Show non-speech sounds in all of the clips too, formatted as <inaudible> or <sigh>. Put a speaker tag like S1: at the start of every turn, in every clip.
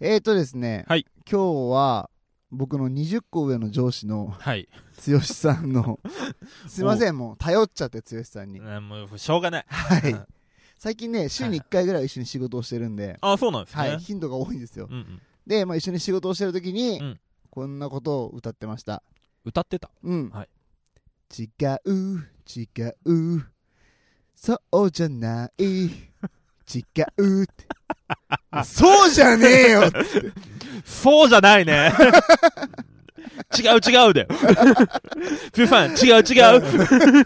S1: えーとですね、
S2: はい
S1: 今日は僕の20個上の上司の <laughs>
S2: はい。
S1: 剛さん
S2: <laughs>
S1: のすいませんもう頼っちゃって剛さんに
S2: あもう、しょうがない。
S1: はい最近ね週に1回ぐらい一緒に仕事をしてるんで、
S2: あそうなんですね。
S1: はい、頻度が多いんですよ
S2: うんうん。
S1: で、まあ、一緒に仕事をしてる時に、
S2: うん
S1: こんなことを歌ってました
S2: 歌ってた。
S1: うん、
S2: はい
S1: 違う違うそうじゃない違うって
S2: <laughs>
S1: そうじゃねえよって
S2: そうじゃないね。違う違うだよ。ピュファン、違う違う。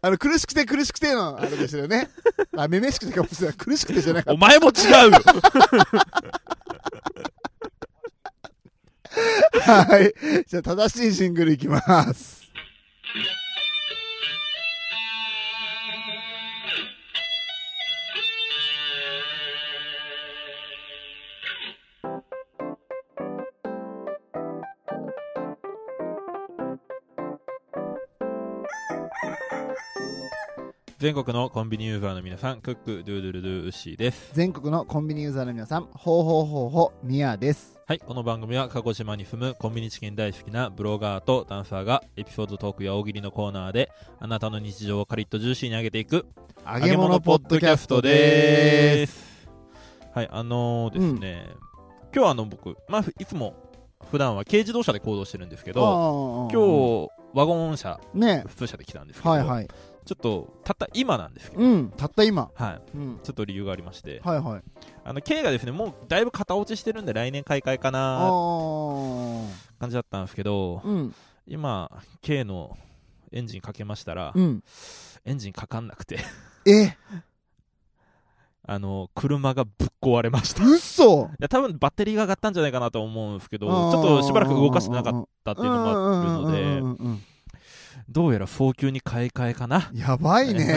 S1: あの苦しくて苦しくてのあれでしたよね <laughs> あめめしくてかもしれない苦しくてじゃなかっ
S2: お前も違うよ。
S1: たはいじゃあ正しいシングルいきます
S2: 全国のコンビニユーザーの皆さん、クック、ドゥードゥルドゥ、ウッシーです。
S1: 全国のコンビニユーザーの皆さんほうほうほうほうみやです
S2: はい、この番組は鹿児島に住むコンビニチキン大好きなブロガーとダンサーがエピソードトークや大喜利のコーナーであなたの日常をカリッとジューシーに上げていく
S1: 揚げ物ポッドキャストです
S2: す。はい、あのーですね、今日あの僕、まあ、ふいつも普段は軽自動車で行動してるんですけど、
S1: 今
S2: 今日ワゴン車、
S1: ね
S2: 普通車で来たんですけど、
S1: はいはい
S2: ちょっとたった今なんですけど、
S1: うんたった今
S2: はい、
S1: うん
S2: ちょっと理由がありまして、
S1: はいはい
S2: あの軽がですね、もうだいぶ型落ちしてるんで来年買い替えか
S1: あ
S2: な
S1: ー
S2: 感じだったんですけど、
S1: うん
S2: 今、軽のエンジンかけましたら、
S1: うん
S2: エンジンかかんなくて、 <laughs>
S1: え
S2: あの、車がぶっ壊れました。い
S1: 嘘
S2: や、多分バッテリーが上がったんじゃないかなと思うんですけど、
S1: ち
S2: ちょっとしばらく動かしてなかったっていうのもあるので、
S1: の
S2: どうやら早急に買い替えかな。
S1: でやばい
S2: <laughs>
S1: ねめっ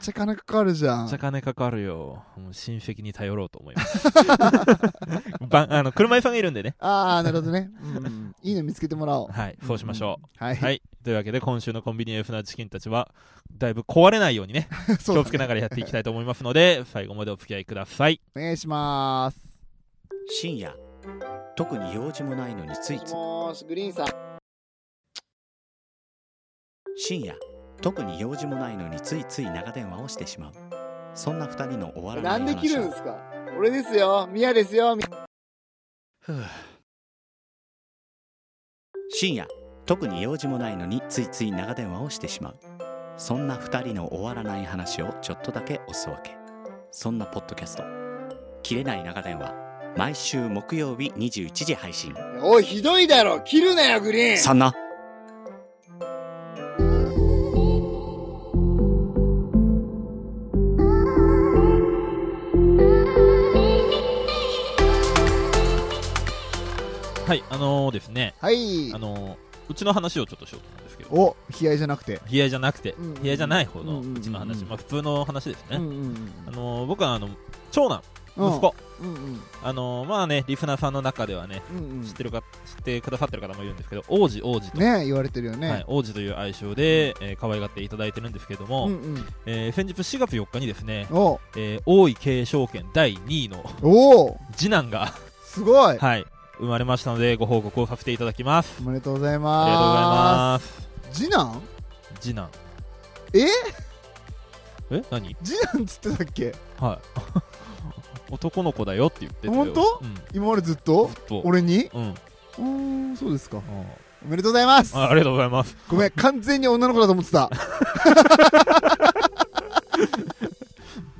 S1: ちゃ金かかるじゃ
S2: めっ
S1: ん
S2: ちゃ金かかるよ。もう親戚に頼ろうと思います。 <laughs> ばあの車椅子さんがいるんでね。
S1: ああなるほどね、うん、いいの見つけてもらおう
S2: はい、そうしましょう。
S1: う、はい、
S2: はい、というわけで今週のコンビニエフなチキンたちは、だいぶ壊れないように <laughs> ね、
S1: <laughs> そ
S2: 気
S1: うだ
S2: をつけながらやっていきたいと思いますので、最後までお付き合いください。
S1: お願いします
S3: 深夜特に用事もないのについつい
S1: もしグリーンさん
S3: 深夜特に用事もないのについつい長電話をしてしまうそんな二人の終わらない話を
S1: すか俺ですよミヤですよ
S3: ふう深夜特に用事もないのについつい長電話をしてしまうそんな二人の終わらない話をちょっとだけおすわけそんなポッドキャスト「切れない長電話」毎週木曜日21時配信
S1: おいひどいだろ切るなよグリ
S3: そんな
S2: はい、あのーですね、
S1: はい
S2: あのーうちの話をちょっとしようと思うんですけど、
S1: お悲哀じゃなくて
S2: 冷やじゃなくて
S1: うんうん、
S2: 冷やじゃない方
S1: う
S2: の
S1: んうんうん
S2: うちの話、まあ普通の話です
S1: うん
S2: ね。
S1: うん
S2: あのー僕はあの長男、息子、
S1: うんうん
S2: あのーまあね、リスナーさんの中ではね、
S1: うんうん
S2: 知ってるか、知ってくださってる方もいるんですけど、王子、王子と。
S1: ね言われてるよね、
S2: はい、王子という愛称で、えー可愛がっていただいてるんですけども、
S1: うんうん
S2: えー先日4月4日にですね、
S1: お
S2: えー王位継承権第2位の
S1: おー
S2: 次男が、
S1: すごい
S2: はい、生まれましたのでご報告をさせていただきます
S1: おめでとうござい
S2: ありがとうござい
S1: ま
S2: ます
S1: す次男
S2: 次男
S1: え
S2: え何
S1: 次男っつってたっけ
S2: はい <laughs> 男の子だよって言ってたよ
S1: 本当
S2: うん
S1: 今までずっと
S2: ずっと
S1: 俺に
S2: うん
S1: うーんそうですか
S2: あ
S1: おめでとうございます
S2: あありがとうございます
S1: ごめん完全に女の子だと思ってた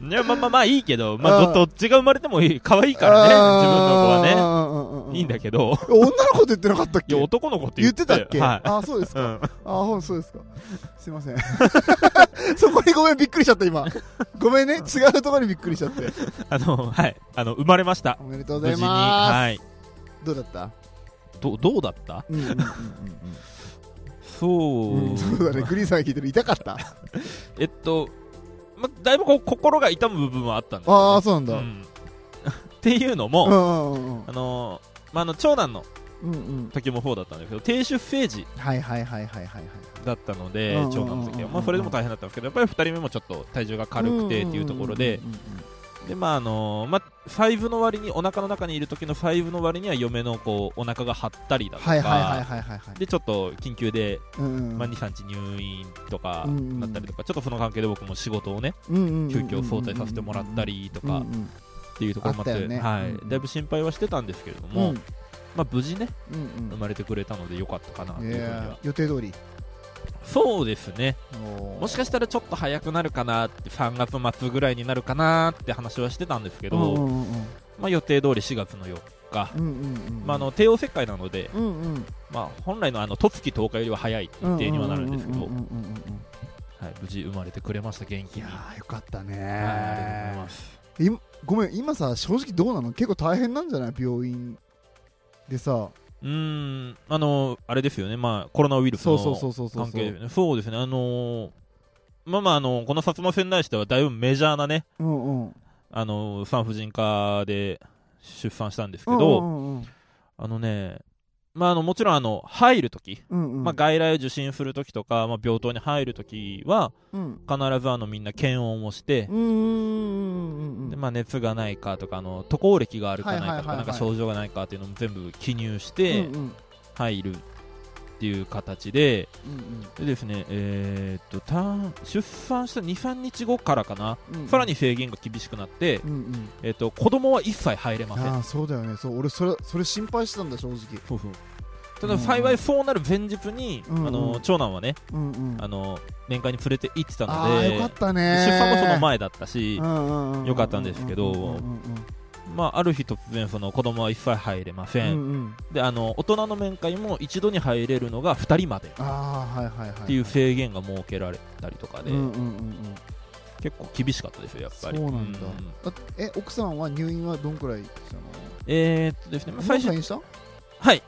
S2: いやまあまあまあいいけど、まあ、
S1: あー
S2: どどっちが生まれてもいい可愛いからね自分の子は
S1: は
S2: ねいいんだ
S1: け
S2: けど
S1: ど女の子って言ってなかったっ
S2: い
S1: け
S2: や男の子って
S1: 言
S2: 言
S1: っ
S2: って
S1: たっけ、
S2: はい
S1: あそうです
S2: う
S1: か、
S2: ん、
S1: あほんそうですかすいませんそこにごめんびっ <laughs> くりしちゃった今ごめんね違うところにびっくりしちゃって
S2: あのはいあの生まれました
S1: おめでとうござ
S2: 無事
S1: い
S2: に
S1: ます、
S2: はい
S1: どうだった
S2: どどうだった
S1: うんうんうん
S2: そう、
S1: うんうんそうだねグリーンさんが聞いてる痛かった
S2: えっと、ま、だいぶこう心が痛む部分はあったんです
S1: あ
S2: よ
S1: あそうなんだ、
S2: ねうん <laughs> っていうの
S1: う
S2: も、
S1: んうん
S2: あのーまあ、あの長男の
S1: うんうん
S2: 時もそうだったんですけど低出生時
S1: はいはいはいはいはいはい
S2: だったので
S1: うんうんうんうん
S2: 長男の時は、まあ、それでも大変だったんですけどやっぱり2人目もちょっと体重が軽くてっていうところで、
S1: んうんうんうん
S2: でまああのまあ、5の割にお腹の中にいる時の5の割には嫁のこうお腹が張ったりだとか、
S1: はいはいはいはいはいはい
S2: でちょっと緊急で、
S1: うんうん
S2: まあ、23日入院とか
S1: うんうん
S2: なったりとか、ちょっとその関係で僕も仕事をね急遽早退させてもらったりと
S1: うんう
S2: か
S1: んうん
S2: っていうところもあって
S1: あったよね
S2: は
S1: うんうん
S2: い、だいぶ心配はしてたんですけれど
S1: うん
S2: も、まあ、無事ね
S1: うんうん
S2: 生まれてくれたのでよかったかなというふうに
S1: いや
S2: は
S1: 予定通り
S2: そうですねも
S1: も
S2: しかしたらちょっと早くなるかなって3月末ぐらいになるかなって話はしてたんですけ
S1: け
S2: ど、
S1: うんうん
S2: まあ、予定通り4月の4日、
S1: うんうんうんうん
S2: まあ、あの帝王切開なので、
S1: うんうん
S2: まあ、本来のあの十月10日よりは早い日程にはなるんですけど、
S1: うううんうんうんうん
S2: はい、無事生まれてくれました元気
S1: い
S2: に
S1: やーよかったね
S2: はいありがとうございます
S1: いごめん今さ正直どうなの結構大変なんじゃない病院でさ
S2: うーんあのあれですよね、まあ、コロナウイルス
S1: そ
S2: の
S1: うそうそうそうそう
S2: 関
S1: そう
S2: 係そうですねあのーまあまああのこの薩摩線に対してはだいぶメジャーなね
S1: うんうん
S2: あの産婦人科で出産したんですけど、
S1: うんうん
S2: あのね、まあ、あのもちろんあの入るとき、
S1: うんうん
S2: まあ、外来を受診するときとか、まあ、病棟に入るときは
S1: うん
S2: 必ずあのみんな検温をして
S1: う、んうんうんうん
S2: でまあ、熱がないかとかあの渡航歴があるかないかとか,、
S1: はいはいはいはい
S2: なんか症状がないかっていうのも全部記入し
S1: うんう
S2: て
S1: んうん
S2: 入るっていう形で,、
S1: うん
S2: でですね、えーっとたん出産した23日後からかな、
S1: うん
S2: さらに制限が厳しくなって
S1: う、んうん
S2: えーっと子供は一切入れません
S1: ああそうだよねそう俺それそれ心配してたんだ正直
S2: そうそうただ幸いそうなる前日に、
S1: うん
S2: あ
S1: う
S2: の
S1: ん
S2: 長男はね
S1: うんうん
S2: あの面会に連れて行ってた
S1: あ
S2: の
S1: あ
S2: で
S1: よかったね
S2: 出産もその前だったし、
S1: 前
S2: よかったんですけどまあ、ある日突然その子供は一切入れません、であの大人の面会も一度に入れるのが2人までっ
S1: ああはいはいはいって
S2: いう制限が設けられたりとかで、
S1: うんうんうんうん
S2: 結構厳しかったですよやっぱり
S1: そうなんだ
S2: うん
S1: だってえ奥さんは入院はどんくらいしたの
S2: えー、っとですね、まあ最
S1: もう
S2: 初
S1: 退院した
S2: はい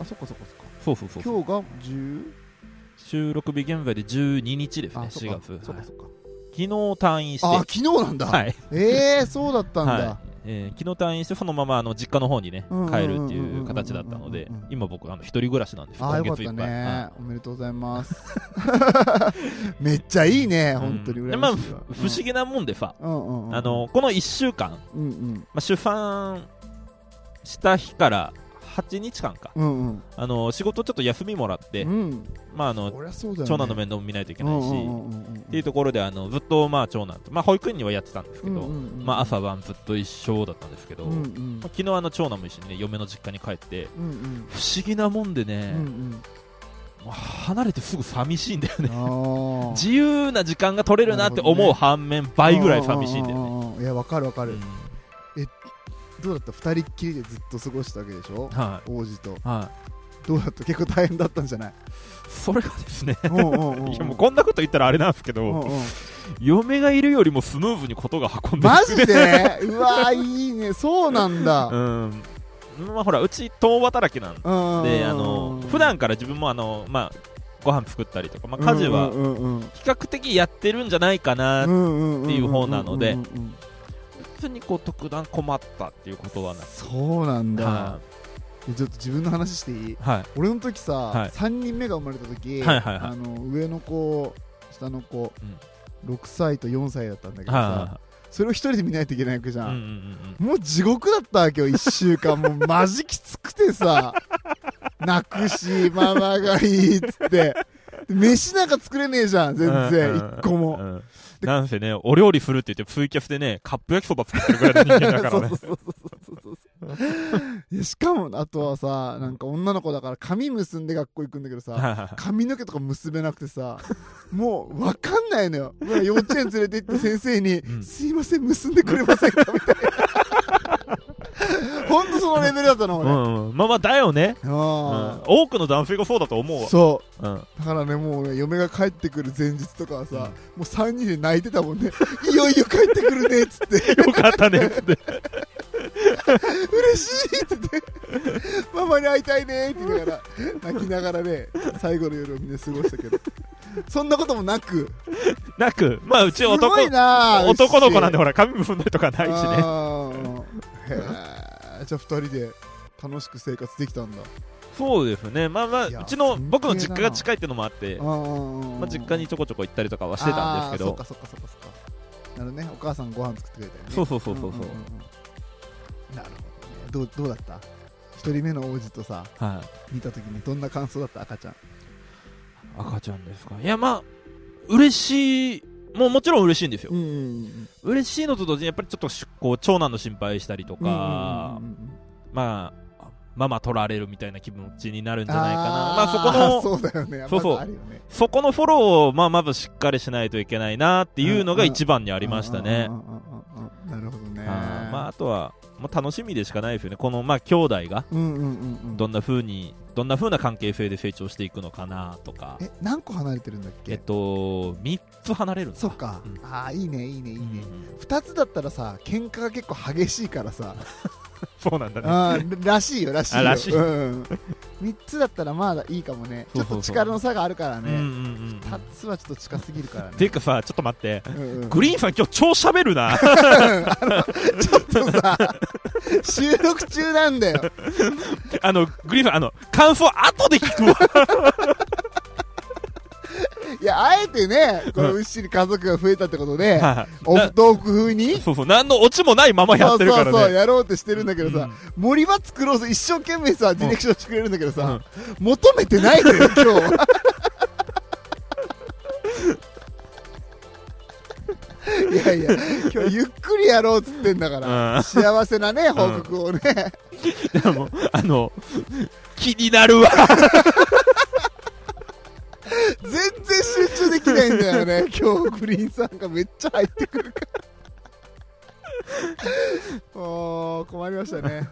S1: あそっかそっかそっか
S2: そうそうそう
S1: 今日が10
S2: 収録日現在で12日ですね
S1: あそ
S2: 4
S1: っか
S2: 月、はい
S1: そっ
S2: 昨
S1: か
S2: 日
S1: そっか
S2: 退院して
S1: あ昨日なんだ
S2: はい
S1: ええそうだったん
S2: は
S1: だ
S2: いえー昨日退院してそのままあの実家の方にね
S1: うんうんうんうん
S2: 帰
S1: うんうん
S2: るっていう形だったので
S1: うんうんうん
S2: 今僕あの一人暮らしなんです
S1: ああ
S2: 今
S1: よかっ
S2: 月い
S1: た
S2: っぱい
S1: ね
S2: は
S1: おめでとうございます <laughs> めっちゃいいね
S2: い
S1: 本当に
S2: うん
S1: 羨
S2: でまあ
S1: ましい
S2: ふ
S1: わ
S2: 不思議なもんでさ
S1: うんうんうん
S2: あのこの1週間ま
S1: うんうん
S2: あ出産した日から8日間か
S1: うんうん
S2: あの仕事ちょっと休みもらって
S1: うん
S2: まああの
S1: そりゃそうだよね
S2: 長男の面倒も見ないといけないし
S1: うんうんうんうんうん
S2: っていうところであのずっとまあ長男とまあ保育園にはやってたんですけ
S1: う
S2: ど
S1: んうんうん
S2: まあ朝晩ずっと一緒だったんですけど
S1: うん
S2: ま
S1: うん
S2: あ昨日あの長男も一緒にね嫁の実家に帰って
S1: うんうん
S2: 不思議なもんでね、
S1: うん
S2: もう離れてすぐ寂しいんだよ
S1: う
S2: <laughs> ね
S1: んあー
S2: 自由な時間が取れるなって思う反面倍ぐらい寂しいんだよね、
S1: うんうんうんうんいやわかるわか
S2: う
S1: る、
S2: ん
S1: どうだった二人っきりでずっと過ごしたわけでしょ
S2: は
S1: 王子と
S2: い、は
S1: どうだった結構大変だったんじゃない
S2: い、それがですね
S1: うんうんうんうん
S2: <laughs> いやもうこんなこと言ったらあれなんですけど、
S1: うん
S2: <laughs>
S1: うん
S2: 嫁がいるよりもスムーズにことが運んでる
S1: マジでうわーいいねそうなんだ、うん
S2: <laughs> うんまあほらうち共働きなんで、
S1: うんうん
S2: あの普段から自分もあのまあご飯作ったりとか、まあ、家事は
S1: うんうん
S2: 比較的やってるんじゃないかな、
S1: うん
S2: っていう方なので
S1: うんうんうんうん
S2: 普通にこう特段困ったっていうことはない
S1: そうなんだ、
S2: は
S1: ちょっと自分の話していい
S2: いはい
S1: 俺の時さ、
S2: はい
S1: 3人目が生まれた時、
S2: はいはいはい
S1: あの上の子下の子、6歳と4歳だったんだけどさ、
S2: は
S1: それを一人で見ないといけないわけじ
S2: い
S1: ゃ、
S2: はいうんうんんうん
S1: もう地獄だったわけよ1週
S2: <laughs>
S1: 間もうマジきつくてさ泣くしママがいいっつって飯なんか作れねえじゃん全然一個も、
S2: うんなんせねお料理するって言ってツイキャスでねカップ焼きそば作ってるぐらいの人間だからね
S1: <laughs> そうそうそうそうそういやしかもあとはさなんか女の子だから髪結んで学校行くんだけどさ、
S2: はいはい
S1: 髪の毛とか結べなくてさもう分かんないのよほら幼稚園連れて行って先生に「
S2: うん
S1: すいません結んでくれませんか?」みたいな <laughs> ほんとそのレベルだったの
S2: う
S1: 俺、あ
S2: んうんまあまあだよねうん
S1: あ
S2: 多くの男性がそうだと思うわ
S1: そ
S2: うん
S1: うだからねもうね嫁が帰ってくる前日とかはさ、もう3人で泣いてたもんね「いよいよ帰ってくるね」っつって <laughs>
S2: よかったねって
S1: 「嬉しい」っつって「ママに会いたいね」って言いながら泣きながらね最後の夜をみんな過ごしたけどそんなこともなく
S2: なくまあうち
S1: す
S2: 男
S1: ごいなあ
S2: 男の子なん
S1: 牛
S2: でほら髪結んだりとかないしね
S1: あーへーじゃあ2人で楽しく生活できたんだ
S2: そうですねまあまあ
S1: いや
S2: うち
S1: すっ
S2: の
S1: げえな
S2: 僕の実家が近いってのもあって
S1: あー
S2: まあ実家にちょこちょこ行ったりとかはしてたんですけ
S1: あーそっ
S2: ど
S1: かそっかそっかそっかあのねお母さんがご飯作ってくれたよね
S2: そうそうそうそうそう
S1: んん
S2: ん
S1: んなるほどねどうどうだった一人目の王子とさ
S2: はい
S1: 見た時にどんな感想だった赤ちゃん
S2: 赤ちゃんですかいやまあ嬉しいもうもちろん嬉しいんですよ、
S1: んうん
S2: 嬉しいのと同時にやっぱりちょっとしこう長男の心配したりとか、まあママ取られるみたいな気持ちになるんじゃないかなまあそこの
S1: のそうだよね
S2: そうそう
S1: まずあるよね
S2: そこのフォローを、まあ、まずしっかりしないといけないなっていうのが一番にありましたね
S1: うん。うんうんうんうんなるほどね
S2: あーまあ、あとは、まあ、楽しみでしかないですよね、この、まあ、兄弟が
S1: うんうんうんうん
S2: どんな風にどんな風な関係性で成長していくのかなとか、
S1: え何個離れてるんだっけ
S2: えっと、3つ離れるんだ
S1: そっか、
S2: うん
S1: ああいいねいいねいいね、
S2: うん
S1: 2つだったらさ喧嘩が結構激しいからさ
S2: そうなんだね、
S1: あーらしいよらしいよ
S2: あらしい
S1: うん、3つだったらまだいいかもねち
S2: そ
S1: ょ
S2: う
S1: っ
S2: そう
S1: と
S2: そう
S1: 力の差があるから
S2: うんうんう
S1: ね、
S2: ん
S1: 二2つはちょっと近すぎるからね
S2: ていうかさ、ちょっと待って、
S1: うんうん
S2: グリーンさん、今日超喋るな、 <laughs>
S1: ちょっとさ収録中なんだよ
S2: あのグリーンさん、あの感想、後で聞くわ、
S1: いやあえてねこのうっしり家族が増 <laughs> えたってことで、
S2: は <laughs>
S1: オフトーク風に
S2: いそうそう、何のオチもないままや
S1: そ
S2: っ
S1: う
S2: てる
S1: そ
S2: か
S1: う
S2: ら
S1: そう
S2: ね。
S1: やろうってしてるんだけどさ、森松クローズ一生懸命さディレクションしてくれるんだけどさ、求めてないのよ今日
S2: <laughs>
S1: いやいや今日ゆっくりやろうっつってんだから、
S2: うん
S1: 幸せなね報告をね、
S2: でもあの気になるわ
S1: 全然集中できないんだよ
S2: <laughs>
S1: ね今日グリーンさんがめっちゃ入ってくるからもう困りました
S2: <laughs>
S1: ね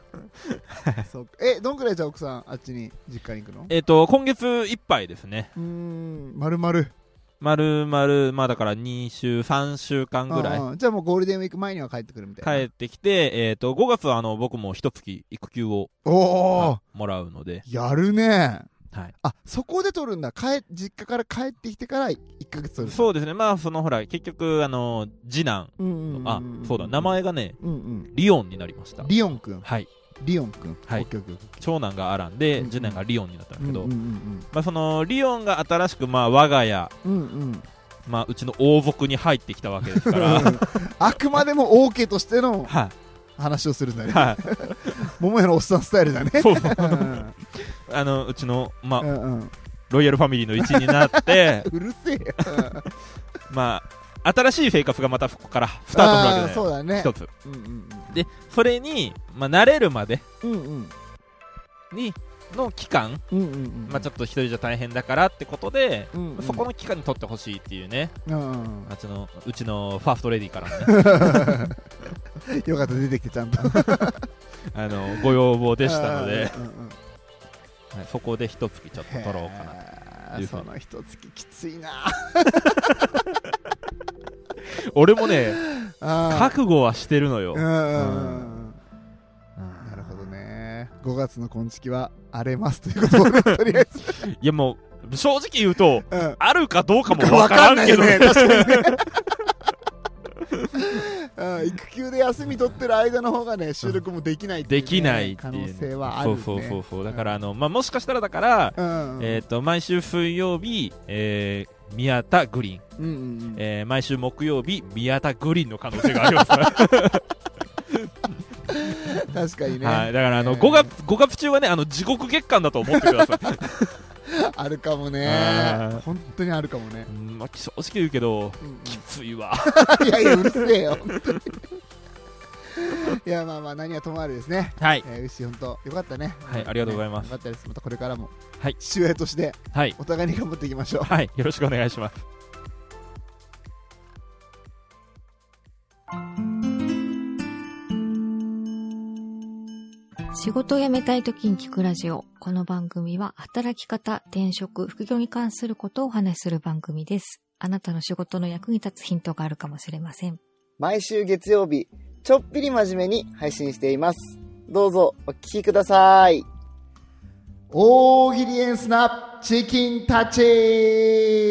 S1: そうかえどんくらいじゃあ奥さんあっちに実家に行くの
S2: えっと今月いっぱいですね
S1: うーんまるまる
S2: まるまるまあだから2週3週間ぐらい
S1: いじゃあもうゴールデンウィーク前には帰ってくるみたいな
S2: 帰ってきて、えっと5月はあの僕も一月育休を
S1: おお
S2: あもらうので、
S1: やるね
S2: はい、
S1: あそこで取るんだ帰実家から帰ってきてから1ヶ月取る
S2: そうですねまあそのほら結局あの次男
S1: うんうんうんうん
S2: あそうだ名前がね
S1: うんうん
S2: リオンになりました
S1: リオンくん
S2: はい
S1: リオンくん
S2: はい
S1: オッケーオッケーオッケ
S2: 長男がアラ
S1: う
S2: ンで
S1: んうん
S2: 次男がリオンになったんだ
S1: ー
S2: けど、
S1: うんうん
S2: まあ、そのリオンが新しくまあ我が家、
S1: うんうんうん
S2: <laughs> まあ、うちの王族に入ってきたわけで
S1: <laughs>
S2: すから
S1: うんあくまでも OK としての
S2: は
S1: 話をするんだ
S2: い <laughs>
S1: ね。
S2: は
S1: 桃屋のおっさんスタイルだね
S2: い。そうそう
S1: うん
S2: あのうちの、まあ
S1: う、んうん
S2: ロイヤルファミリーの一員にな
S1: <laughs>
S2: って、
S1: うるせえよ。
S2: まあ、新しい生活がまたここからスタートするわけ
S1: ああー、
S2: じゃ
S1: そうだ
S2: ない
S1: ね
S2: 一。つ。
S1: うんうん
S2: で、それに、まあ、慣れるまで
S1: うん。うんうん
S2: に、の期間、
S1: うんうんうん。
S2: まあ、ちょっと一人じゃ大変だからってことで、
S1: うんうん
S2: そこの期間に取ってほしいっていうね、
S1: うん
S2: あっちのうちのファーストレディーから
S1: <laughs>
S2: の
S1: う
S2: ね、
S1: ん <laughs> よかった、出てきてちゃんと。
S2: あのご要望でした
S1: <laughs>
S2: ので、
S1: うんうんうん。
S2: はいそこで一月ちょっと取ろうかなと。
S1: な
S2: というふう
S1: そ
S2: に
S1: の一月きついな。
S2: <laughs> 俺もね、
S1: あー
S2: 覚悟はしてるのよ
S1: うん。うんうん。
S2: うん
S1: なるほどね。5月の今月は荒れますということで、とりあえ
S2: <laughs>
S1: ず。
S2: いやもう、正直言うと、
S1: うん
S2: あるかどうかもわ
S1: わ
S2: から
S1: かん
S2: ん
S1: ない
S2: け
S1: よ
S2: ど、
S1: ね、確かにね。うん育休で休み取ってる間の方がね収録もできないっていうね
S2: できないってい
S1: 可
S2: う、
S1: 能性はあるね
S2: そうそうそうそうだからあの、まあ、もしかしたらだから、
S1: うんうん
S2: えー、と毎週水曜日、えー宮田グリ
S1: う
S2: ーン、
S1: んうんうん
S2: えー毎週木曜日宮田グリーンの可能性があります <laughs> から、
S1: 確かにね
S2: はい、だからあの
S1: ね
S2: 5月 ,5 月中はねあの地獄月間だと思ってください、
S1: あるかも
S2: あ
S1: ね
S2: ー
S1: 本当にあるかもね
S2: うんまあ、正直言うけど
S1: うんうん
S2: きついわ
S1: いやいやうるせえよ本当にいやまあまあ何はともあれですね
S2: はい、
S1: えー、牛本当よかったね
S2: はいありがとうございます
S1: ねよかったですまたこれからも
S2: はい
S1: 父親として
S2: はい
S1: お互いに頑張っていきましょう
S2: はい、よろしくお願いします
S4: 仕事を辞めたい時に聞くラジオ。この番組は働き方、転職、副業に関することをお話しする番組です。あなたの仕事の役に立つヒントがあるかもしれません。
S5: 毎週月曜日、ちょっぴり真面目に配信しています。どうぞお聞きください。
S1: 大喜利エンスナップチキンたち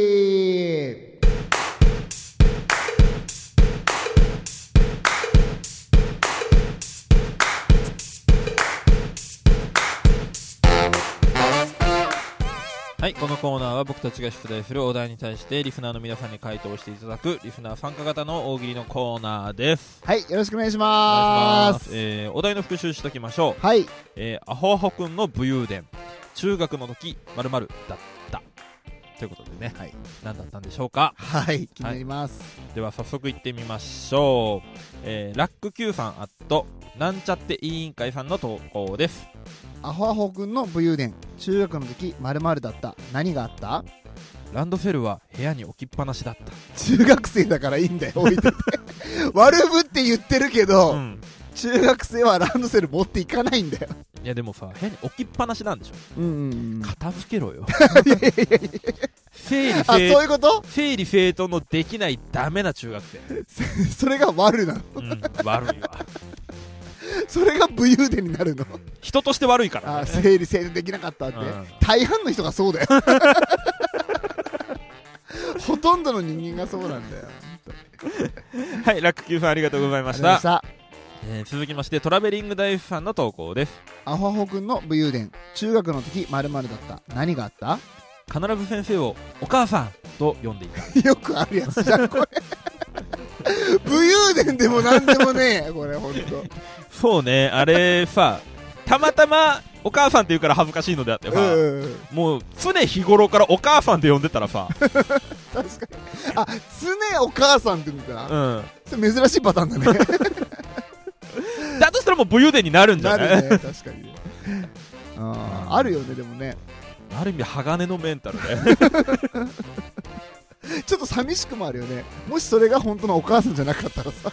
S2: はい、このコーナーは僕たちが出題するお題に対してリスナーの皆さんに回答していただくリスナー参加型の大喜利のコーナーです。
S1: はい、よろしくお願いし
S2: お願い
S1: ま。
S2: しますす。えーお題の復習しときましょう。
S1: はい、
S2: えーアホアホくんの武勇伝。中学の時、まるだった。ということでね、
S1: はい、
S2: 何だったんでしょうか
S1: はい、気になります。
S2: では早速行ってみましょう。えーラック Q さんアット、なんちゃって委員会さんの投稿です。
S1: アホアホくんの武勇伝、中学の時、まるだった。何があった
S2: ランドセルは部屋に置きっぱなしだった。
S1: 中学生だからいいんだよ、置いてて。 <laughs> 悪ぶって言ってるけど、
S2: うん。
S1: 中学生はランドセル持っていかないんだよ。
S2: いやでもさ、部屋に置きっぱなしなんでしょ
S1: うんうんうん。
S2: 片付けろ
S1: <laughs>
S2: よ。
S1: あ、そう
S2: 整理
S1: い
S2: 整
S1: うこと <laughs>
S2: 整理整頓のできないダメな中学生。
S1: それが悪なの。
S2: うん、悪いわ。
S1: それが武勇伝になるの。
S2: 人として悪いから、
S1: あ、
S2: ね。
S1: 整理整頓できなかったって
S2: うん。
S1: 大半の人がそうだよ。 <laughs> ほとんどの人間がそうなんだよ。
S2: はい、ラック Q さんありがとうございま
S1: あ
S2: し
S1: りがとうございま
S2: た
S1: し。た。
S2: えー続きまして、トラベリングダイスさんの投稿です。
S1: アホアホくんの武勇伝中学の時まるだった何があった <laughs>
S2: 必ず先生をお母さんと呼んでいた。
S1: よくあるやつじゃんこれ <laughs> 武勇伝でもなんでもねえこれほんと
S2: <laughs> そうね、あれさ、たまたまお母さんって言うから恥ずかしいのであってさ、
S1: うん
S2: もう常日頃からお母さんって呼んでたらさ、
S1: 確かにあ常お母さんって言うんだ
S2: う
S1: な、
S2: ん。
S1: それ珍しいパターンだね
S2: だとしたらもう武勇伝に <laughs> なるんじ
S1: な
S2: ゃない
S1: るね確かにねあーあるよねでもね
S2: ある意味鋼のメンタル <laughs> ね
S1: ちょっと寂しくもあるよねもしそれが本当のお母さんじゃなかったら
S2: <laughs>
S1: さ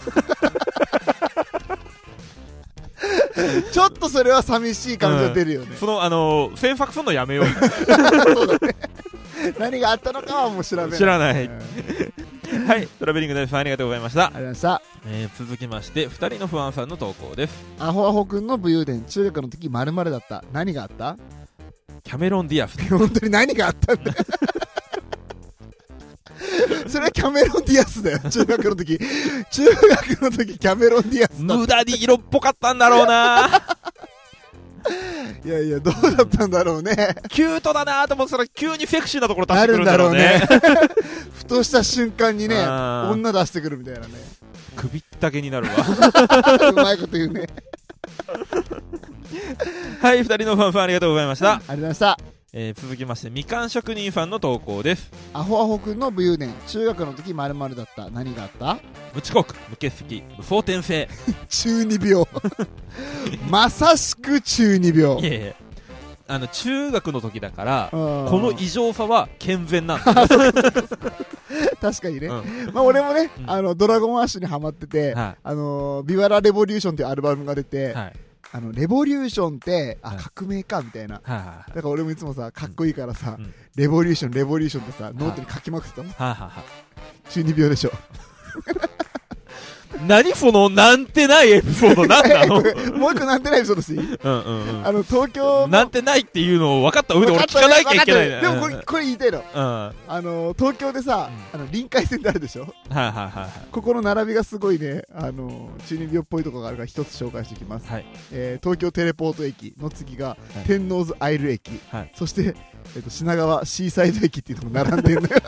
S1: ちょっとそれは寂しい感じが出るよね、
S2: そのあのー詮索するのやめ <laughs> よう
S1: 何があったのかはもう調べない
S2: 知らない
S1: うんありがと
S2: はいトラベリングダイスさんありがとうございました
S1: う、ございました
S2: えー続きまして2人の不安さんの投稿です
S1: アホアホくんの武勇伝中学の時まるだった何があった
S2: キャメロン・ディアス
S1: 本当に何があったんだよ
S2: <laughs>
S1: それはキャメロン・ディアスだよ中学の時中学の時キャメロン・ディアスだっ
S2: 無駄に色っぽかったんだろうな
S1: たいやいやどうだったんだろうね
S2: キュートだなと思ってたら急にセクシーなところ出し
S1: あ
S2: てく
S1: るん
S2: るんだ
S1: だ
S2: ろ
S1: ろ
S2: う
S1: う
S2: ね
S1: ね <laughs> ふとした瞬間にね
S2: あー
S1: 女出してくるみたいなね
S2: 首ったけになるわ <laughs>
S1: うまいこと言うね
S2: はい2人の不 <laughs> 安さんありがとうございました、
S1: ありがとうございました
S2: えー続きましてみかん職人さんの投稿です
S1: アホアホくんの武勇伝中学の時まるだった何があった
S2: 無遅刻無欠席無争転生
S1: 中二
S2: <laughs>
S1: 病まさしく中二病
S2: いやいやあの中学の時だからこ
S1: こ
S2: の異常さは健全なんだ
S1: 確かにね、
S2: う
S1: まあ俺もね、
S2: うん
S1: あのドラゴンアッシュにハマってて、
S2: は
S1: あのービワラレボリューションっていうアルバムが出
S2: い
S1: て、
S2: はい
S1: あのレボリューションってあ
S2: はい
S1: 革命かみたいな
S2: はいはい
S1: だから俺もいつもさかっこいいからさ、
S2: うん
S1: レボリューションレボリューションってさノートに書きまくってたもん
S2: はあはあは
S1: 中二病でし
S2: <laughs>
S1: ょ
S2: あ何そのなんてないエピソードなんなの
S1: <laughs> もう一個なんてないでしょ私
S2: うんうん
S1: あの東
S2: う
S1: 京
S2: んなんてないっていうのを分かった上で俺聞かなきゃいけない
S1: わ
S2: ね
S1: かったわかったでもこれこれ言いたいの
S2: うんは
S1: あのー東京でさ、あの臨海線ってあるでしょ
S2: いはいはいはい
S1: ここの並びがすごいね、あのー中二病っぽいところがあるから一つ紹介していきます、
S2: はい
S1: えー東京テレポート駅の次が
S2: はい
S1: 天王洲アイル駅、
S2: はい
S1: そして、えっと品川シーサイド駅っていうのも並んでるの
S2: <laughs>
S1: よ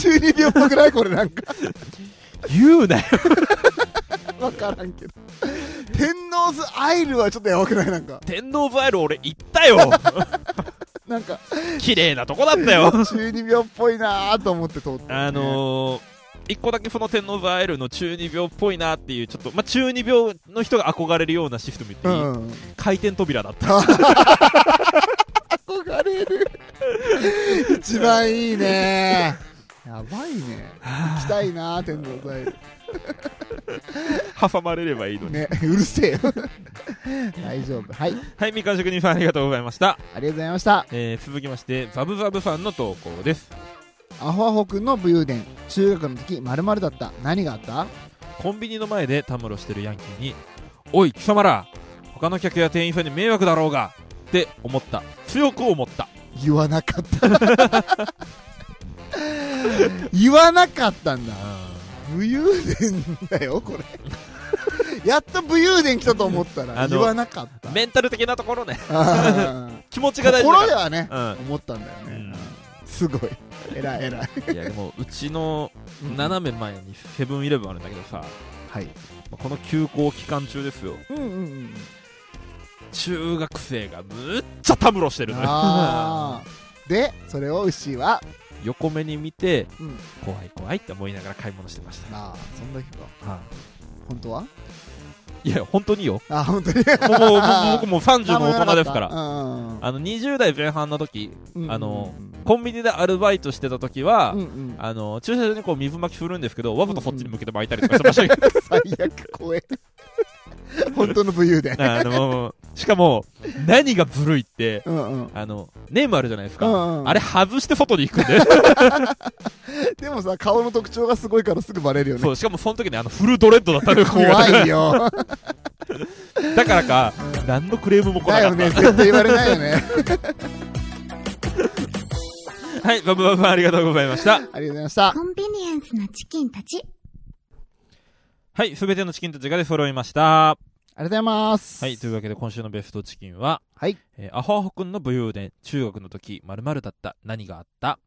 S1: 中二病っぽくないこれなんか
S2: 言うなよ
S1: 分からんけど天王洲アイルはちょっとやばくないなんか
S2: 天皇バイル俺行っ
S1: <laughs>
S2: たよ
S1: なんか
S2: 綺麗なとこだったよ
S1: 中二病っぽいなーと思って通って、
S2: あのー一個だけその天皇バイルの中二病っぽいなっていうちょっと、まあ、中二病の人が憧れるようなシステム言っていい、
S1: うん
S2: <laughs>
S1: うん
S2: 回転扉だった
S1: <laughs> 憧れる一番いいねやばいね行きたいな天王洲アイル
S2: 挟まれればいいのに。
S1: ね、うるせえよ大丈夫はいあり
S2: はい、みかん職人さんありがとうございました。
S1: がとうございました
S2: えー、続きまして、ザブザブさんの投稿です。
S1: アホアホくんの武勇伝中学の時まるだった何があった
S2: コンビニの前でたむろしてるヤンキーに、おい、貴様ら、他の客や店員さんに迷惑だろうが、って思った。強く思った。
S1: 言わなかった言わなかったんだ武勇伝だよこれやっと武勇伝来たと思ったら
S2: あの
S1: 言わなかった
S2: メンタル的なところね
S1: あー
S2: 気持ちが大事だ
S1: 心
S2: か
S1: で
S2: ら
S1: はね、
S2: うん
S1: 思ったんだよね、
S2: うん
S1: すごい偉い偉い
S2: いやでもうちの斜め前にセブンイレブンあるんだけどさ、
S1: はい
S2: まあこの休校期間中ですよ
S1: うんうんうん
S2: 中学生がむっちゃたむろしてるのよ
S1: あーでそれを牛は、
S2: 横目に見て
S1: うん、
S2: 怖い怖いって思いながら買い物してました、
S1: ああそんな人
S2: は
S1: 本当はい
S2: いや本当によ
S1: あ本当に
S2: もうもうもう僕もう30の大人ですから
S1: あ
S2: あの20代前半の時あのコンビニでアルバイトしてた時
S1: う
S2: は、
S1: んうん、
S2: あの駐車場にこう水巻き振るんですけどわざとそっちに向けて巻いたりとかしてましたけど、
S1: 最悪怖え本当の武勇伝
S2: あのしかも何がずるいって
S1: うんうん
S2: あのネームあるじゃないですか、
S1: うんうん
S2: あれ外して外に行くん
S1: <laughs>
S2: で
S1: でもさ顔の特徴がすごいからすぐバレるよ
S2: そ
S1: ね
S2: うしかもその時にあのフルドレッドだったのよ髪型
S1: 怖いよ
S2: <laughs> だからか何のクレームも来
S1: だ
S2: なか
S1: よ
S2: った、
S1: ね絶対言われないよね
S2: はいバブバブありがとうございました
S1: ありがとうございました
S4: コンビニエンスなチキンたち。
S2: はいすべてのチキンたちがで揃いました
S1: ありがとうございます
S2: はいというわけで今週のベストチキンは
S1: はい
S2: えーアホアホくんの武勇伝中学の時まるだった何があった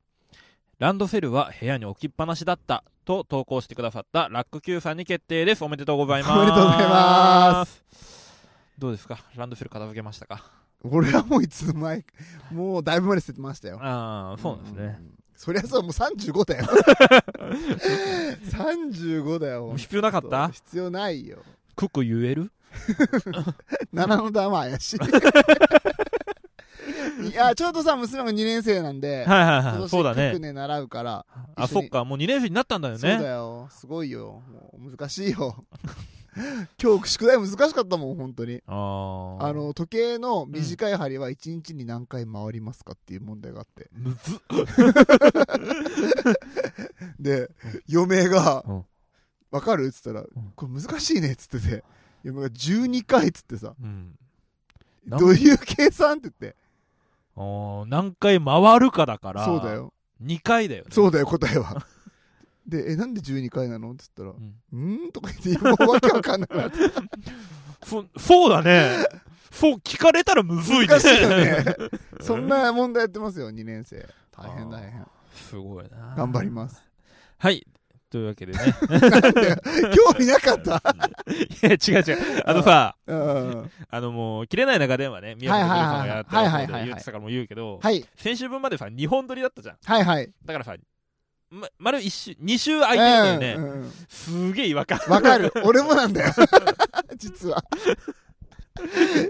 S2: ランドセルは部屋に置きっぱなしだったと投稿してくださったラック Q さんに決定ですおめでとうございます
S1: おめでとうございます
S2: どうですかランドセル片付けましたか
S1: 俺はもういつの前もうだいぶ前に捨ててましたよ
S2: ああそうなんですね、
S1: そりゃそうもう35だよ
S2: <laughs>
S1: 35だよ
S2: 必要なかった
S1: 必要ないよ
S2: クク言える
S1: 7の段は怪
S2: <laughs>
S1: しいいやちょうどさ娘が2年生なんで、
S2: はいはい
S1: 今
S2: はい
S1: 年
S2: <laughs> そうだね
S1: 九年習うから、一
S2: あ
S1: 緒
S2: そ
S1: に
S2: っかもう2年生になったんだよ
S1: そうだ
S2: ね
S1: よすごいよもう難しいよ今日宿題難しかったもん本当に
S2: ああ
S1: あの時計の短い針は1日に何回回りますかっていう問題があって、
S2: むずっ
S1: <laughs> で嫁が
S2: うん
S1: 「わかる?」っつったら
S2: ん
S1: 「これ難しいね」っつってて嫁が12回っつってさ
S2: うん
S1: 「
S2: なん
S1: どういう計算?」って言って
S2: あー何回回るかだから
S1: そうだよ
S2: 2回だよね
S1: そうだよ答え
S2: <laughs>
S1: はで「えなんで12回なの?」っつったら「
S2: う
S1: うんーん」とか言ってもうわけわかんなくなって
S2: そそうだね。 <laughs> そう聞かれたらむずいね。
S1: 難しいよね <laughs> そんな問題やってますよ2年生大変大変
S2: <laughs> すごいな。
S1: 頑張ります
S2: はい。という
S1: <laughs>
S2: わけでね。
S1: 興味なかった
S2: いや違う違う。あのさ、
S1: うん
S2: あのもう、切れない中電話ね、宮本くるさんがやって
S1: はい
S2: る
S1: はいはい
S2: 方で言ってたからもう言うけど、
S1: はい
S2: 先週分までさ、2本撮りだったじゃん。
S1: はいはい
S2: だからさ、ま、丸一週、2週空いてるのよね。
S1: うんうん
S2: すげえ違和感。
S1: わかる。
S2: <laughs>
S1: 俺もなんだよ。 <laughs> 実は。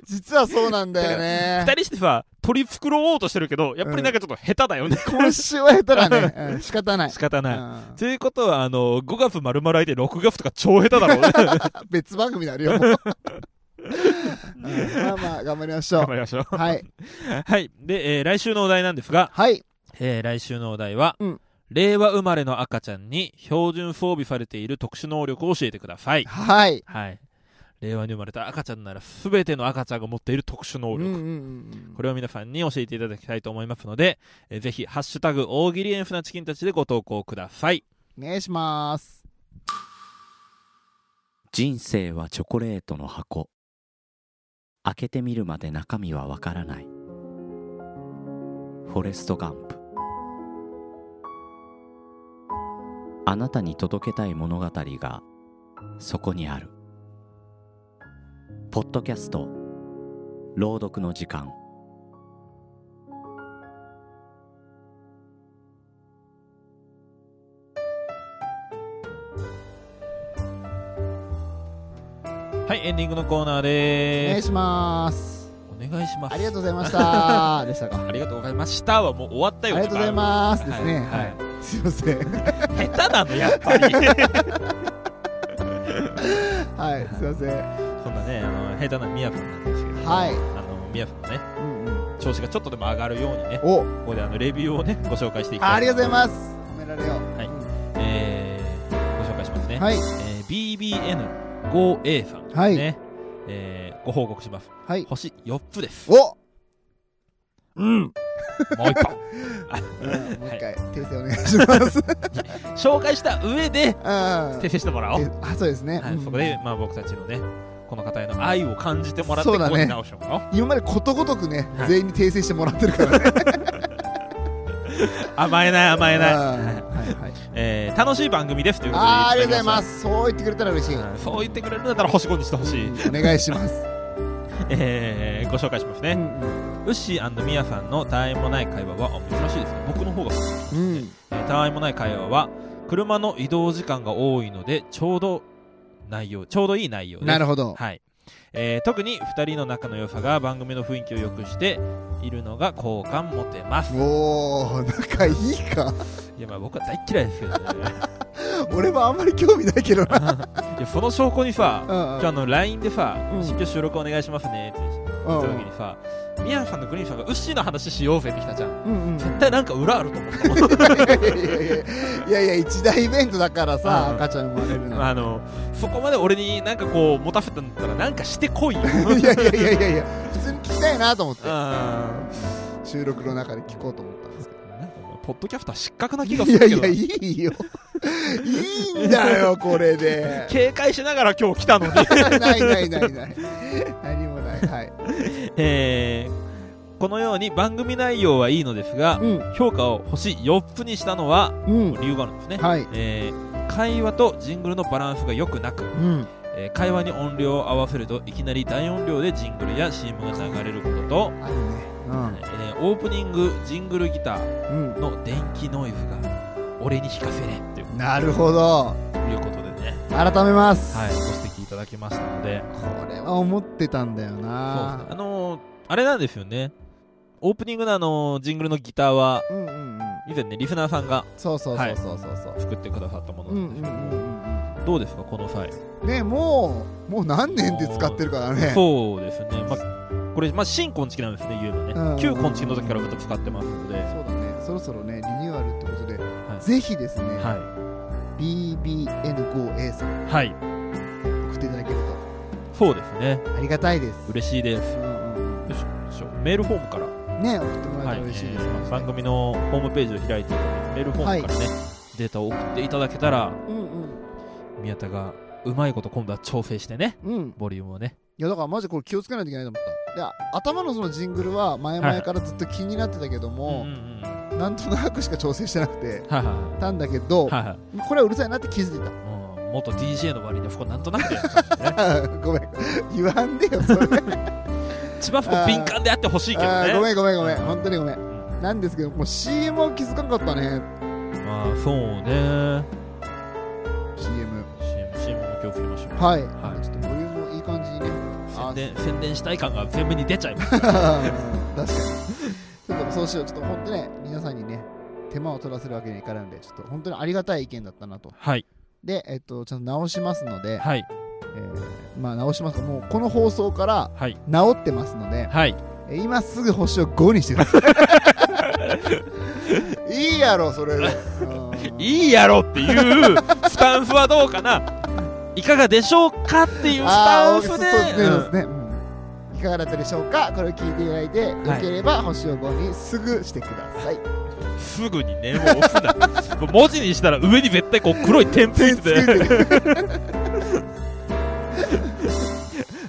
S1: 実はそうなんだよ
S2: 2
S1: ね。
S2: 人してさ、取り繕おうとしてるけど、やっぱりなんかちょっと下手だよね。
S1: 今週は下手だね。うん仕方ない。
S2: 仕方
S1: う
S2: な
S1: ん
S2: い。ということは、あの、5月丸々空いて6月とか超下手だろう
S1: <laughs>
S2: ね。
S1: 別番組になるよ、
S2: <laughs>
S1: もううんまあまあ、頑張りましょう
S2: 頑張。りましょう。
S1: はい。
S2: はい。で、えー来週のお題なんですが、
S1: はい。
S2: えー来週のお題は、
S1: うん
S2: 令和生まれの赤ちゃんに標準装備されている特殊能力を教えてください。
S1: はい。
S2: はい。令和に生まれた赤ちゃんなら全ての赤ちゃんが持っている特殊能
S1: うん
S2: 力。
S1: うんうん
S2: これを皆さんに教えていただきたいと思いますので、えーぜひ、ハッシュタグ、大喜利エンフなチキンたちでご投稿ください。
S1: お願いします。
S3: 人生はチョコレートの箱開けてみるまで中身はわからないフォレスト・ガンプあなたに届けたい物語がそこにあるポッドキャスト朗読の時間
S2: はい、エンディングのコーナ
S1: お
S2: ー
S1: 願
S2: で
S1: い
S2: す。
S1: します。
S2: お願いします。
S1: ありがとうございました。 <laughs> でしたか。
S2: ありがとうございましたはもう終わった
S1: あり
S2: よ。
S1: がとうございます。
S2: 時
S1: で
S2: 間
S1: すね。
S2: はい
S1: はい。すいません。
S2: はい下手なの、やっ
S1: <laughs>
S2: ぱり。
S1: はい。すいません。
S2: そんなね、あの下手なみやさんなんですけど、
S1: はい
S2: あのみやさんのね、
S1: うんうん
S2: 調子がちょっとでも上がるようにね、
S1: お、
S2: ここであのレビューをね、ご紹介していきたい
S1: ありがとうございます。褒められよう。
S2: はいえーご紹介しますね。
S1: はい。
S2: えー BBN5A さん、ね
S1: はい
S2: えーご報告します。
S1: はい。
S2: 星4つです。
S1: おうん
S2: もう一本
S1: うんもう一
S2: は
S1: 回、訂正お願いします。
S2: い紹介した上で
S1: あ
S2: 訂正してもらおう、
S1: あ、そうですね。
S2: は
S1: う
S2: い、
S1: ん
S2: そこで、まあ、僕たちのねこの方への愛を感じてもらって
S1: そうだね
S2: ここに直してもらおう
S1: 今までことごとくね
S2: は、い
S1: 全員に訂正してもらってるからね。
S2: 甘えない甘えな
S1: <laughs>
S2: い、
S1: あ
S2: はい
S1: ーはいはい
S2: えー楽しい番組ですということで
S1: あー、ありがとうございますす。そう言ってくれたら嬉しい。
S2: そう言ってくれるんだったら星5にしてほしい、
S1: お願いします。
S2: えーご紹介します
S1: う
S2: ね、
S1: んうん
S2: ウッシーミヤさんのたわいもない会話はあ珍しいですね僕の方
S1: う
S2: が
S1: ん。
S2: えーたわいもない会話は車の移動時間が多いのでちょうど内容ちょうどいい内容で
S1: <laughs>
S2: す
S1: なるほど。
S2: はいえー特に2人の仲の良さが番組の雰囲気を良くしているのが好感持てます
S1: おー、仲いいか。
S2: いやまあ僕は大嫌 <laughs> いですけどね
S1: 俺はあんまり興味ないけど
S2: <laughs>
S1: な。
S2: いやその証拠にさ
S1: うんうん
S2: 今日あの LINE でさ「
S1: うん
S2: 新居収録お願いしますね」って言って
S1: う
S2: た
S1: ん
S2: 時にさミヤさんとグリーンさんがウッシーの話しようぜってきたじゃん
S1: うんうん
S2: 絶対なんか裏あると思ったもん
S1: いやいや、一大イベントだからさ、
S2: うん
S1: 赤ちゃん生まれるの。
S2: あのそこまで俺になんかこう持たせたんだったらなんかしてこいよ
S1: <laughs> いやいやいやいやいや、普通に聞きたいなと思って、
S2: あー
S1: 収録の中で聞こうと思ったんですけ
S2: なんかもうポッドキャスター失格な気が
S1: ど。
S2: す
S1: い
S2: る
S1: や
S2: け
S1: い
S2: ど
S1: や、いいよ。いいんだよ、これ
S2: <laughs>
S1: で。
S2: 警戒しながら今日来
S1: <laughs>
S2: たのに、
S1: ないないないない。何もない。はい。
S2: えー、このように番組内容はいいのですが、
S1: うん、
S2: 評価を星4つにしたのは
S1: うん。
S2: 理由があるんですね、
S1: はい。
S2: えー会話とジングルのバランスが良くなく、
S1: うん。
S2: えー会話に音量を合わせるといきなり大音量でジングルや CM が流れることと、
S1: あるね。
S2: えーオープニングジングルギター
S1: うん。
S2: の電気ノイズが俺に弾かせれっていう
S1: うん。なるほど。
S2: ことでね、
S1: 改めます。
S2: はい、ご指摘いただきましたので
S1: これは思ってたんだよ
S2: そうですね
S1: な。
S2: あのーあれなんですよね。オープニングのあのージングルのギターは、
S1: うんうんうん。
S2: 以前ね、リスナーさんが
S1: そうそうそうそうそうそう。
S2: 作ってくださったもの
S1: う
S2: なんん
S1: う
S2: で
S1: ん
S2: す
S1: う
S2: け
S1: ん
S2: ど、
S1: うん
S2: どうですか、この際。
S1: うん。ね、もう、もう何年で使ってるからね。
S2: そうですね。まあ、これ、まあ、新昆虫なんですね、言うのね
S1: うん。
S2: 旧昆虫の時からずっと使ってますので、は
S1: そうだね、そろそろね、リニューアルってことで、
S2: い。
S1: ぜひですね、
S2: は
S1: BBN5A さん
S2: い。はい。
S1: 送っていただける
S2: そうですね。
S1: とありがたいです。
S2: 嬉しいです。
S1: うんうん
S2: よいしょよいしょメールフォームから、
S1: うんね、送ってもらえた
S2: はい
S1: ら嬉しいです、
S2: えー番組のホームページを開いているのでメールフォームからね、データを送っていただけたら、
S1: うんうん。
S2: 宮田がうまいこと今度は調整してね、
S1: うん。
S2: ボリュームをね。
S1: いや、だからマジこれ気をつけないといけないと思った。いや、頭のそのジングルは前々からずっと気になってたけども、
S2: んうん
S1: なんとなくしか調整してなくて、
S2: はいは
S1: たんだけど
S2: い、は
S1: これはうるさいなって気づい
S2: いはい。元 DJ の割にはそこなんとなくでやったんだよね。 <laughs>
S1: た。 <laughs> ごめん。言わんでよ、それ。
S2: 一番そこ敏感であってほしいけど
S1: あーご
S2: ね。
S1: めんごめんごめん。
S2: うん
S1: 本当にごめん。
S2: うん
S1: なんですけど、もう CM は気づかなかったね。
S2: まあそうね。
S1: CM。
S2: CM、CM も気をつけましょう。
S1: はい。
S2: は
S1: ちょっとボリュームもいい感じにね。 <laughs>
S2: 宣伝宣伝したい感が全部に出ちゃいます。
S1: 確かに。ちょっとそうしよう。ちょっと本当ね、皆さんにね、手間を取らせるわけにはいかないので、ちょっと本当にありがたい意見だったなと。
S2: はい。
S1: で、えっと、ちゃんと直しますので、
S2: はい。
S1: えーまあ直しますがもうこの放送から
S2: はい。
S1: 直ってますので、
S2: はい。
S1: えー今すぐ星を5にしてください。いいやろ、それ
S2: <laughs>
S1: で。い
S2: いいやろっ
S1: <laughs>
S2: ていうスタンスはどうかな。いかがでしょうかっていうスタンスで。 <laughs>
S1: そうですね。うんいかがだったでしょうかこれを聞いていただいて、
S2: はい
S1: よければ星を5にすぐしてくださ
S2: <laughs>
S1: い。
S2: うんすぐにね、もう押す
S1: <laughs>
S2: な。もう文字にしたら上に絶対こう黒い点ついてて。 <laughs>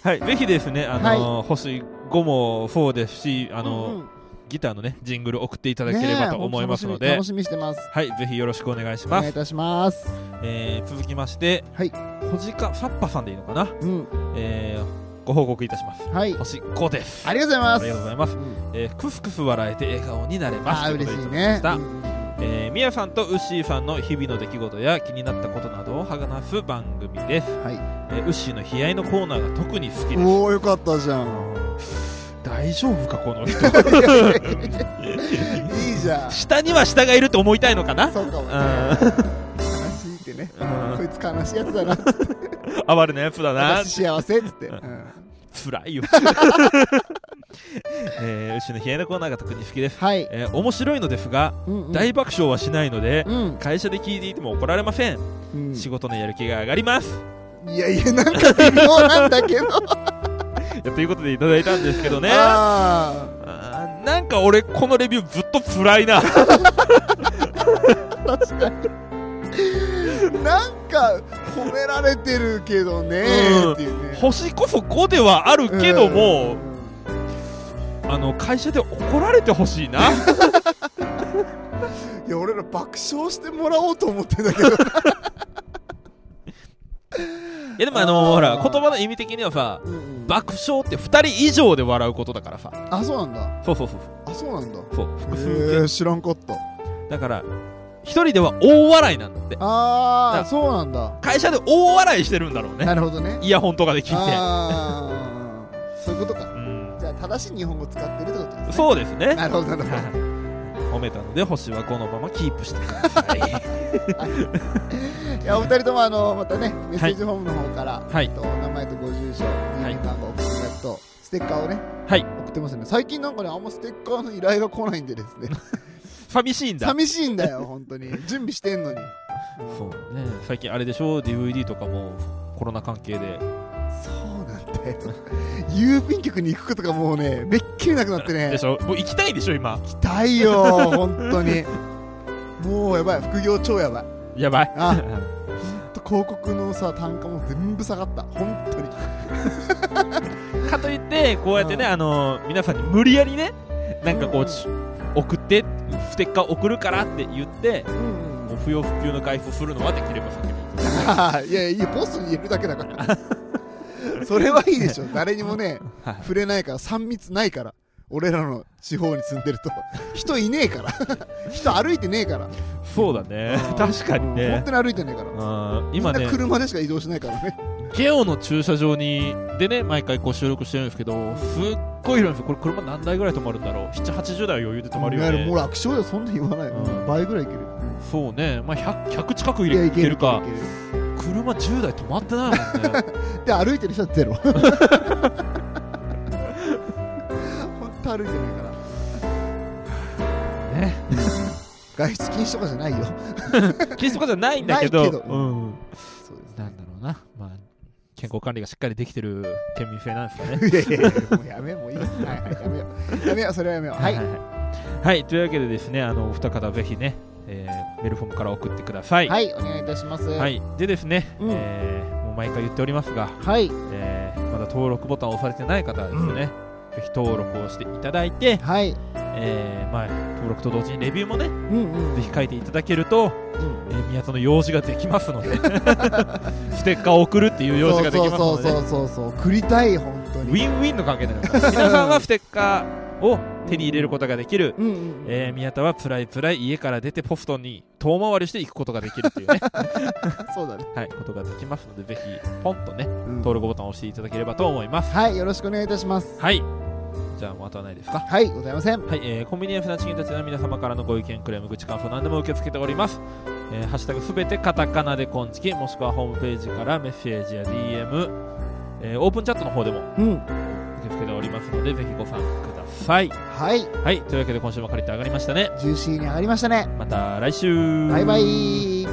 S2: はい、ぜひですね、あのー星5も4ですし、あのー
S1: うんうん
S2: ギターのね、ジングル送っていた
S1: い
S2: だければと思いますので、
S1: 楽しみしてます。
S2: はい、ぜひよろしくお願いし
S1: お
S2: ま
S1: 願いい。
S2: す
S1: たします。
S2: えー続きまして、
S1: はい
S2: ほじかさっぱさんでいいのかな、
S1: うん。
S2: えーご報告いたします。
S1: はい。
S2: 星5です。
S1: ありがとうございます。
S2: ありがとうございます。
S1: うん
S2: えー、クスクス笑えて笑顔になれます。
S1: あー
S2: と
S1: 嬉し
S2: う
S1: い
S2: ことで
S1: ね
S2: た。だ
S1: う
S2: きました
S1: ん
S2: えーみやさんとウッシーさんの日々の出来事や気になったことなどを話す番組です。
S1: はい
S2: えーウッシーの悲哀のコーナーが特に好きです。
S1: おおよかったじゃん
S2: 大丈夫かこの人
S1: いいじゃん
S2: <laughs> 下には下がいると思いたいのかな
S1: そうかもね悲しいってね
S2: うん
S1: こいつ悲しいやつだな
S2: 哀れなやつだな
S1: 私幸せっつって、
S2: う
S1: うん
S2: 辛いよ <laughs> えー、うちの冷えのコーナーが特に好きです、
S1: はい、
S2: えー面白いのですが
S1: うんうん
S2: 大爆笑はしないので
S1: うん、
S2: 会社で聞いていても怒られません
S1: うん、
S2: 仕事のやる気が上がります
S1: いやいやなんか微妙なんだけど
S2: いやということでいただいたんですけどね
S1: あ
S2: あーなんか俺このレビューずっと
S1: <laughs>
S2: 辛いな
S1: なんか褒められてるけどね
S2: うん
S1: っていうね、
S2: 星こそ5ではあるけども、
S1: うん
S2: あの会社で怒られてほしいな
S1: <laughs> いや俺ら爆笑してもらおうと思ってんだけど
S2: <laughs> いやでもあの
S1: あー
S2: ほら言葉の意味的にはさ
S1: うん
S2: 爆笑って2人以上で笑うことだからさ
S1: あそうなんだ
S2: そうそうそう
S1: あそうなんだ
S2: そうそう複数
S1: へえ知らんかった
S2: 形だから1人では大笑いなんだって
S1: あ
S2: だ
S1: あそうなんだ
S2: 会社で大笑いしてるんだろうね
S1: なるほどね
S2: イヤホンとかで聞い
S1: あーそういうことか
S2: てうん
S1: じゃあ正しい日本語使ってるってことですね
S2: そうですね
S1: なるほどなるほど
S2: はい褒めたので星は5のままキープしてください
S1: いやお二人ともあのまたねメッセージホームの方から、
S2: はい
S1: えっとお名前とご住所郵
S2: い
S1: 便番号送っていただくとステッカーをね、
S2: はい
S1: 送ってますね最近なんかねあんまステッカーの依頼が来ないんでですね
S2: 寂しいんだ
S1: 寂しいんだ
S2: <laughs>
S1: よ本当に準備してんのに
S2: そうね最近あれでしょ DVD とかもコロナ関係で
S1: そうなんだよ郵便局に行くことがもうねめっきりなくなってね
S2: でしょもう行きたいでしょ今
S1: 行きたいよ
S2: <laughs>
S1: 本当にもうやばい副業超やばい
S2: やばい
S1: あほんと広告のさ単価も全部下がった本当に
S2: かといってこうやってね
S1: うん
S2: あのー皆さんに無理やりねなんかこ
S1: う
S2: うんち送ってステッカー送るからって言って
S1: うん
S2: もう不要不急の外出するのはできれば避ける
S1: あーいやいやボスにいるだけだからそれはいいでし
S2: <laughs>
S1: ょ誰にもね
S2: はい
S1: 触れないから3密ないから俺らの地方に住んでる
S2: <laughs>
S1: と人いねえから <laughs> 人歩いてねえから
S2: そうだね確かに
S1: うん本
S2: ね
S1: 当に歩いてねえから
S2: うん
S1: みん
S2: 今
S1: な
S2: ね
S1: 車でしか移動しないからね
S2: ゲオの駐車場にでね毎回こう収録してるんですけどすっごい広いんですよこれ車何台ぐらい止まるんだろう780台は余裕で止まるよ
S1: いやもう
S2: ね
S1: 楽勝だよそんな言わないよ、
S2: うん
S1: 倍ぐらいいけるよ
S2: そうねまあ 100, 100近く
S1: いや
S2: 入れ
S1: い
S2: て
S1: ける
S2: るか
S1: いけるいける
S2: 車10台止まってないもんね
S1: で歩いてる人はゼロ本当歩いてないから <laughs>
S2: ね
S1: 外出禁止とかじゃないよ
S2: キリスト教じゃないんだけど
S1: ないけど
S2: うん、
S1: そうです
S2: なんだろうな、まあ、健康管理がしっかりできてる県民性なんですかね。
S1: いやいやいやもうやめようもういいよはいはいやめようやめようそれはやめよう <laughs> はい
S2: はいはいはいというわけでですね、あのお二方、ぜひね、えーメールフォームから送ってください。
S1: はいお願いいたします
S2: はいでですね、
S1: うん
S2: えーもう毎回言っておりますが、
S1: はい
S2: えーまだ登録ボタンを押されてない方はですね、ぜひ登録をしていただいて、
S1: はい
S2: えーまあ、登録と同時にレビューもね、
S1: うんうん
S2: ぜひ書いていただけると、
S1: うん
S2: えー宮田の用事ができますの
S1: <laughs>
S2: で、ステッカーを送るっていう用事ができます
S1: そ
S2: の
S1: う
S2: で、
S1: そうそうそうそう送りたい本当
S2: ウ
S1: に
S2: ィンウィンの関
S1: <laughs>
S2: 係なんですから皆さんはステッカーを手に入れることができる、
S1: うんうん
S2: えー宮田はつらいつらい家から出てポストに遠回りして行くことができるというね、
S1: <laughs> そうだね
S2: はい、ことができますのでぜひポンとね
S1: うん
S2: 登録ボタンを押していただければと思います
S1: はいよろしくお願いいたします
S2: はいじゃあまたないですか
S1: はいございません
S2: はい、えーコンビニエンスなチキンたちの皆様からのご意見、クレーム、口感想、何でも受け付けております。えーハッシュタグすべてカタカナでコンチキ、もしくはホームページからメッセージや DM、えーオープンチャットの方でも
S1: うん
S2: 受け付けておりますので、ぜひご参加ください。
S1: はい
S2: はい、というわけで今週も借りて上がりましたね。
S1: ジューシーに上がりましたね
S2: また来週
S1: バイバイ